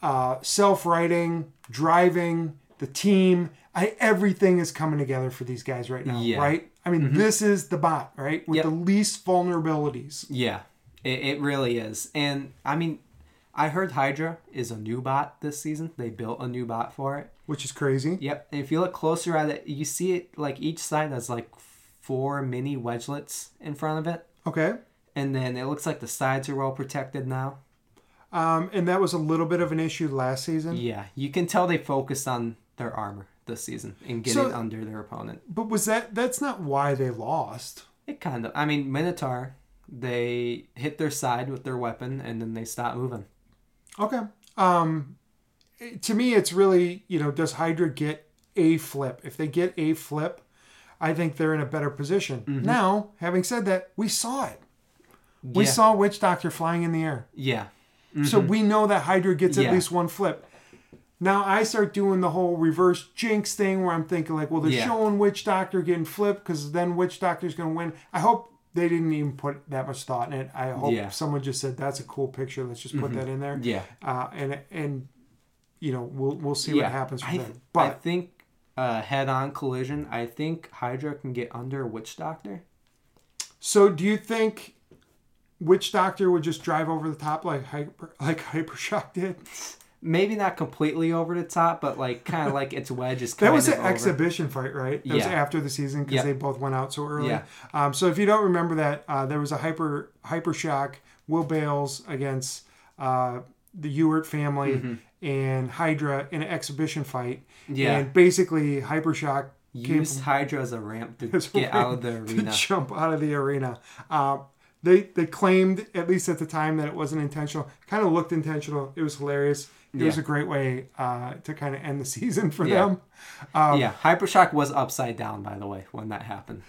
A: uh, self writing, driving, the team. I, everything is coming together for these guys right now,
B: Yeah. Mm-hmm.
A: right? I mean, this is the bot, right? With
B: Yep.
A: the least vulnerabilities.
B: Yeah, it, it really is. And I mean, I heard Hydra is a new bot this season. They built a new bot for it.
A: Which is crazy.
B: Yep. And if you look closer at it, you see it like each side has like four mini wedgelets in front of it.
A: Okay.
B: And then it looks like the sides are well protected now.
A: Um, and that was a little bit of an issue last season.
B: Yeah, you can tell they focused on their armor this season and getting
A: So-
B: under their opponent.
A: But was that, that's not why they lost.
B: It kind of, I mean, Minotaur, they hit their side with their weapon and then they stop moving.
A: Okay. Um, to me, it's really you know, does Hydra get a flip? If they get a flip, I think they're in a better position.
B: Mm-hmm.
A: Now, having said that, we saw it. We
B: Yeah.
A: saw Witch Doctor flying in the air,
B: Yeah.
A: so we know that Hydra gets
B: Yeah.
A: at least one flip. Now I start doing the whole reverse jinx thing where I'm thinking like, well, they're
B: Yeah.
A: showing Witch Doctor getting flipped because then Witch Doctor's going to win. I hope they didn't even put that much thought in it. I hope
B: Yeah. Mm-hmm.
A: someone just said that's a cool picture. Let's just put that in there
B: Yeah.
A: uh, and and you know we'll we'll see what happens from
B: I,
A: there.
B: th-
A: But
B: I think uh, head-on collision. I think Hydra can get under Witch Doctor.
A: so, do you think Witch Doctor would just drive over the top like hyper like Hypershock did?
B: Maybe not completely over the top, but like kind of like its wedge is kind
A: That was
B: of
A: an
B: over.
A: exhibition fight, right? That was
B: Yeah.
A: after the season because
B: Yeah.
A: they both went out so early.
B: Yeah.
A: Um, so if you don't remember that, uh, there was a hyper hyper shock Will Bales against uh, the Ewart family
B: Mm-hmm.
A: and Hydra in an exhibition fight.
B: Yeah.
A: And basically, Hypershock came
B: Use Hydra as a ramp to
A: As a
B: get out of the
A: to
B: arena.
A: jump out of the arena. Uh, they they claimed, at least at the time, that it wasn't intentional. Kind of looked intentional. It was hilarious. It was
B: Yeah.
A: a great way uh, to kind of end the season for
B: Yeah.
A: them. Um,
B: yeah, Hypershock was upside down, by the way, when that happened.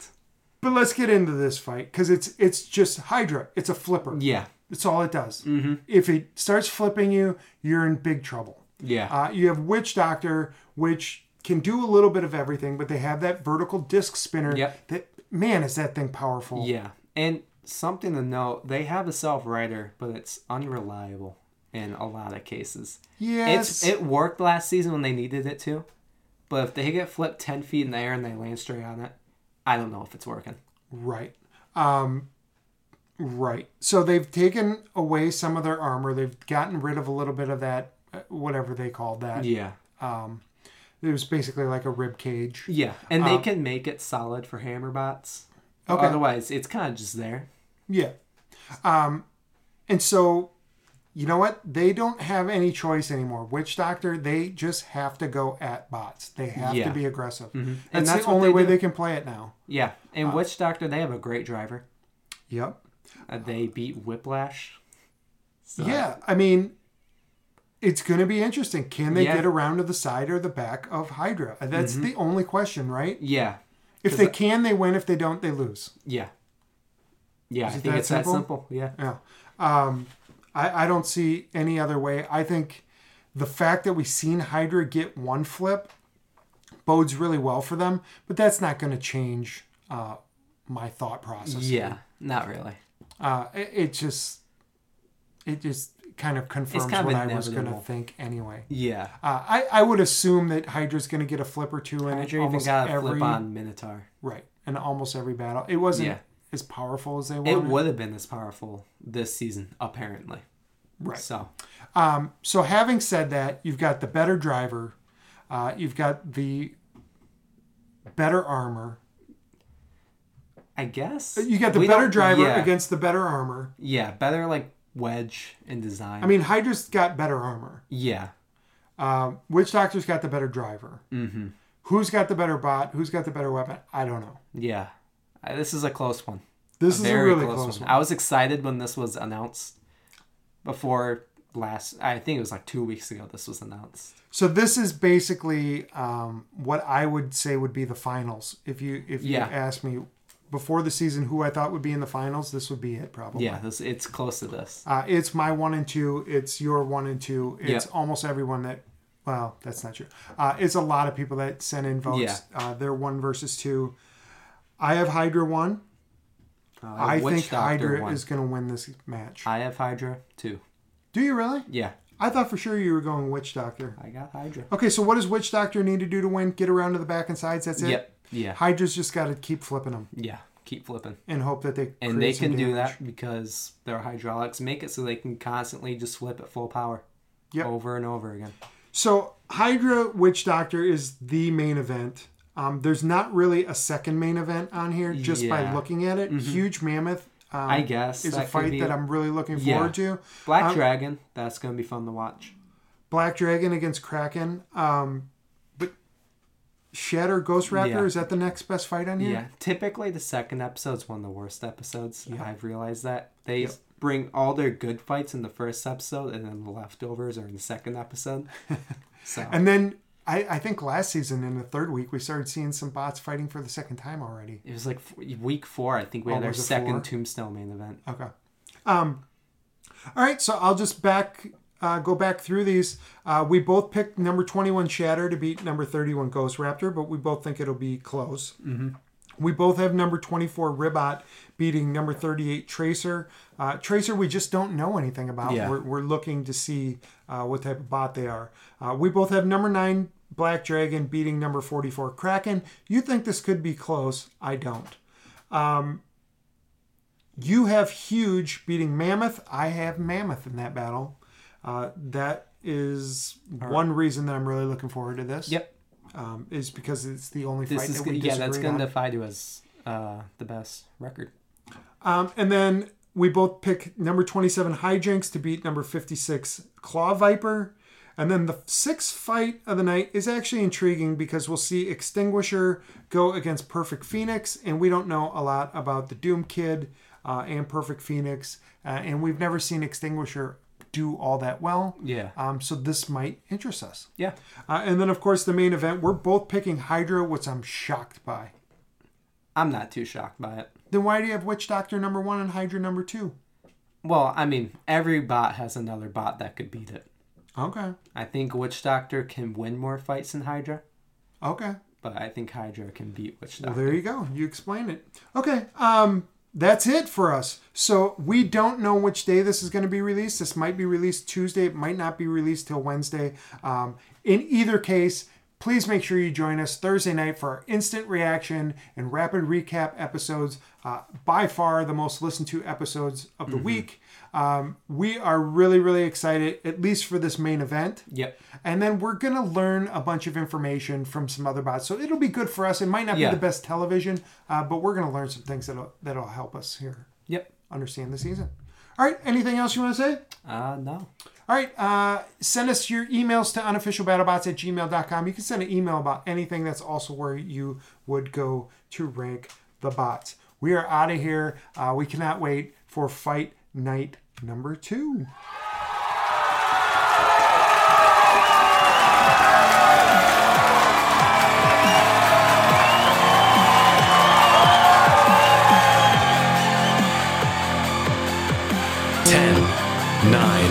A: But let's get into this fight because it's it's just Hydra. It's a flipper.
B: Yeah, Mm-hmm.
A: That's all it does. If it starts flipping you, you're in big trouble.
B: yeah,
A: Uh, you have Witch Doctor, which can do a little bit of everything, but they have that vertical disc spinner.
B: Yep.
A: That man is that thing powerful.
B: yeah. And something to note: they have a self-writer, but it's unreliable in a lot of cases.
A: Yes.
B: It's it worked last season when they needed it to, but if they get flipped ten feet in the air and they land straight on it, I don't know if it's working.
A: Right. Um, right. So they've taken away some of their armor. They've gotten rid of a little bit of that, uh, whatever they called that.
B: Yeah,
A: It was basically like a rib cage.
B: yeah, and they can make it solid for hammer bots.
A: Um, Okay.
B: Otherwise, it's kind of just there.
A: Yeah. Um, and so, you know what? They don't have any choice anymore. Witch Doctor, they just have to go at bots. They have
B: Yeah.
A: to be aggressive. That's,
B: And that's
A: the
B: what
A: only
B: they
A: way
B: do.
A: they can play it now.
B: Yeah, and
A: Uh,
B: Witch Doctor, they have a great driver.
A: Yep.
B: Uh, they beat Whiplash. So,
A: Yeah. I mean, it's going to be interesting. Can they
B: Yeah. Mm-hmm.
A: get around to the side or the back of Hydra? Uh, That's the only question, right?
B: yeah,
A: If they can, they win. If they don't, they lose.
B: yeah, yeah. I
A: it
B: think
A: that
B: it's
A: simple?
B: that simple. Yeah,
A: Yeah. Um, I, I don't see any other way. I think the fact that we've seen Hydra get one flip bodes really well for them, but that's not going to change uh, my thought process.
B: yeah. Not really.
A: Uh, it, it just, it just kind of confirms
B: kind of
A: what I was going to
B: inevitable.
A: think anyway.
B: Yeah.
A: Uh, I, I would assume that Hydra's going to get a flip or two in
B: Hydra even
A: almost
B: got a
A: every
B: flip on Minotaur.
A: right in almost every battle. It wasn't
B: Yeah.
A: as powerful as they wanted.
B: It would have been this powerful this season, apparently.
A: Right.
B: So
A: Um, so having said that, you've got the better driver, uh, you've got the better armor.
B: I guess
A: You got the
B: we
A: better
B: don't-
A: driver
B: yeah,
A: against the better armor.
B: yeah, better like wedge and design.
A: I mean, Hydra's got better armor.
B: yeah,
A: Um, Witch Doctor's got the better driver. Mm-hmm. Who's got the better bot? Who's got the better weapon? I don't know.
B: yeah. I, this is a close one.
A: This is a
B: Very
A: really
B: close, one. I was excited when this was announced before last. I think it was like two weeks ago. This was announced.
A: So this is basically um, what I would say would be the finals. If you if
B: Yeah.
A: you asked me before the season who I thought would be in the finals, this would be it probably.
B: Yeah, this it's close to this.
A: Uh, it's my one and two. It's your one and two. It's
B: Yep.
A: almost everyone that Well, that's not true. Uh, it's a lot of people that sent in votes.
B: Yeah.
A: Uh, they're one versus two. I have Hydra one.
B: Uh,
A: I
B: Witch
A: think
B: Doctor
A: Hydra
B: one.
A: is going to win this match.
B: I have Hydra too.
A: Do you really?
B: Yeah,
A: I thought for sure you were going Witch Doctor.
B: I got Hydra.
A: Okay, so what does Witch Doctor need to do to win? Get around to the back and sides. That's it.
B: Yep. Yeah.
A: Hydra's just got to keep flipping them
B: Yeah. Keep flipping.
A: and hope that they
B: And
A: create
B: they
A: some
B: can do
A: damage.
B: that because their hydraulics make it so they can constantly just flip at full power.
A: Yep.
B: Over and over again.
A: So Hydra Witch Doctor is the main event. Um, there's not really a second main event on here just by
B: Yeah. Mm-hmm.
A: looking at it. Huge Mammoth. Um,
B: I guess
A: is a
B: that could
A: fight
B: be-
A: that I'm really looking
B: Yeah.
A: forward to.
B: Black
A: Um,
B: Dragon, that's going to be fun to watch.
A: Black Dragon against Kraken. Um, but Shatter Ghost Raptor
B: Yeah.
A: is that the next best fight on
B: Yeah.
A: here?
B: Typically, the second episode's one of the worst episodes. I've realized that. They bring all their good fights in the first episode, and then the leftovers are in the second episode. so,
A: And then I, I think last season in the third week we started seeing some bots fighting for the second time already.
B: it was like f- week four, I think we had
A: Oh,
B: our
A: was it
B: second
A: four?
B: Tombstone main event.
A: Okay. Um, all right, so I'll just back uh, go back through these. Uh, we both picked number 21 Shatter to beat number 31 Ghost Raptor, but we both think it'll be close. Mm-hmm. We both have number 24 Ribot beating number 38 Tracer. Uh, Tracer, we just don't know anything about.
B: Yeah.
A: We're, we're looking to see uh, what type of bot they are. Uh, we both have number 9 Black Dragon beating number 44 Kraken. You think this could be close. I don't. You have Huge beating Mammoth. I have Mammoth in that battle. Uh, that is one reason that I'm really looking forward to this.
B: Yep.
A: Um, is because it's the only
B: This
A: fight
B: is
A: that
B: gonna,
A: we
B: yeah,
A: disagree
B: that's going
A: on.
B: to defy to us uh, the best record.
A: Um, and then we both pick number 27 Hijinks to beat number 56 Claw Viper. And then the sixth fight of the night is actually intriguing because we'll see Extinguisher go against Perfect Phoenix, and we don't know a lot about the Doom Kid uh, and Perfect Phoenix, uh, and we've never seen Extinguisher do all that well.
B: Yeah.
A: Um, so this might interest us.
B: Yeah.
A: Uh, and then, of course, the main event. We're both picking Hydra, which I'm shocked by.
B: I'm not too shocked by it.
A: Then why do you have Witch Doctor number one and Hydra number two?
B: Well, I mean, every bot has another bot that could beat it.
A: Okay.
B: I think Witch Doctor can win more fights than Hydra,
A: Okay.
B: but I think Hydra can beat Witch
A: Well,
B: Doctor.
A: there you go. You explained it. Okay. Um, that's it for us. So we don't know which day this is going to be released. This might be released Tuesday. It might not be released till Wednesday. Um, in either case, please make sure you join us Thursday night for our instant reaction and rapid recap episodes. Uh, by far the most listened to episodes of the week. Um, we are really, really excited, at least for this main event.
B: Yep.
A: And then we're going to learn a bunch of information from some other bots. So it'll be good for us. It might not
B: Yeah.
A: be the best television, uh, but we're going to learn some things that'll, that'll help us here
B: Yep.
A: understand the season. All right. Anything else you want to say?
B: Uh, no.
A: All right. Uh, send us your emails to unofficialbattlebots at gmail.com. You can send an email about anything. That's also where you would go to rank the bots. We are out of here. Uh, we cannot wait for fight night number two.
C: Ten, nine,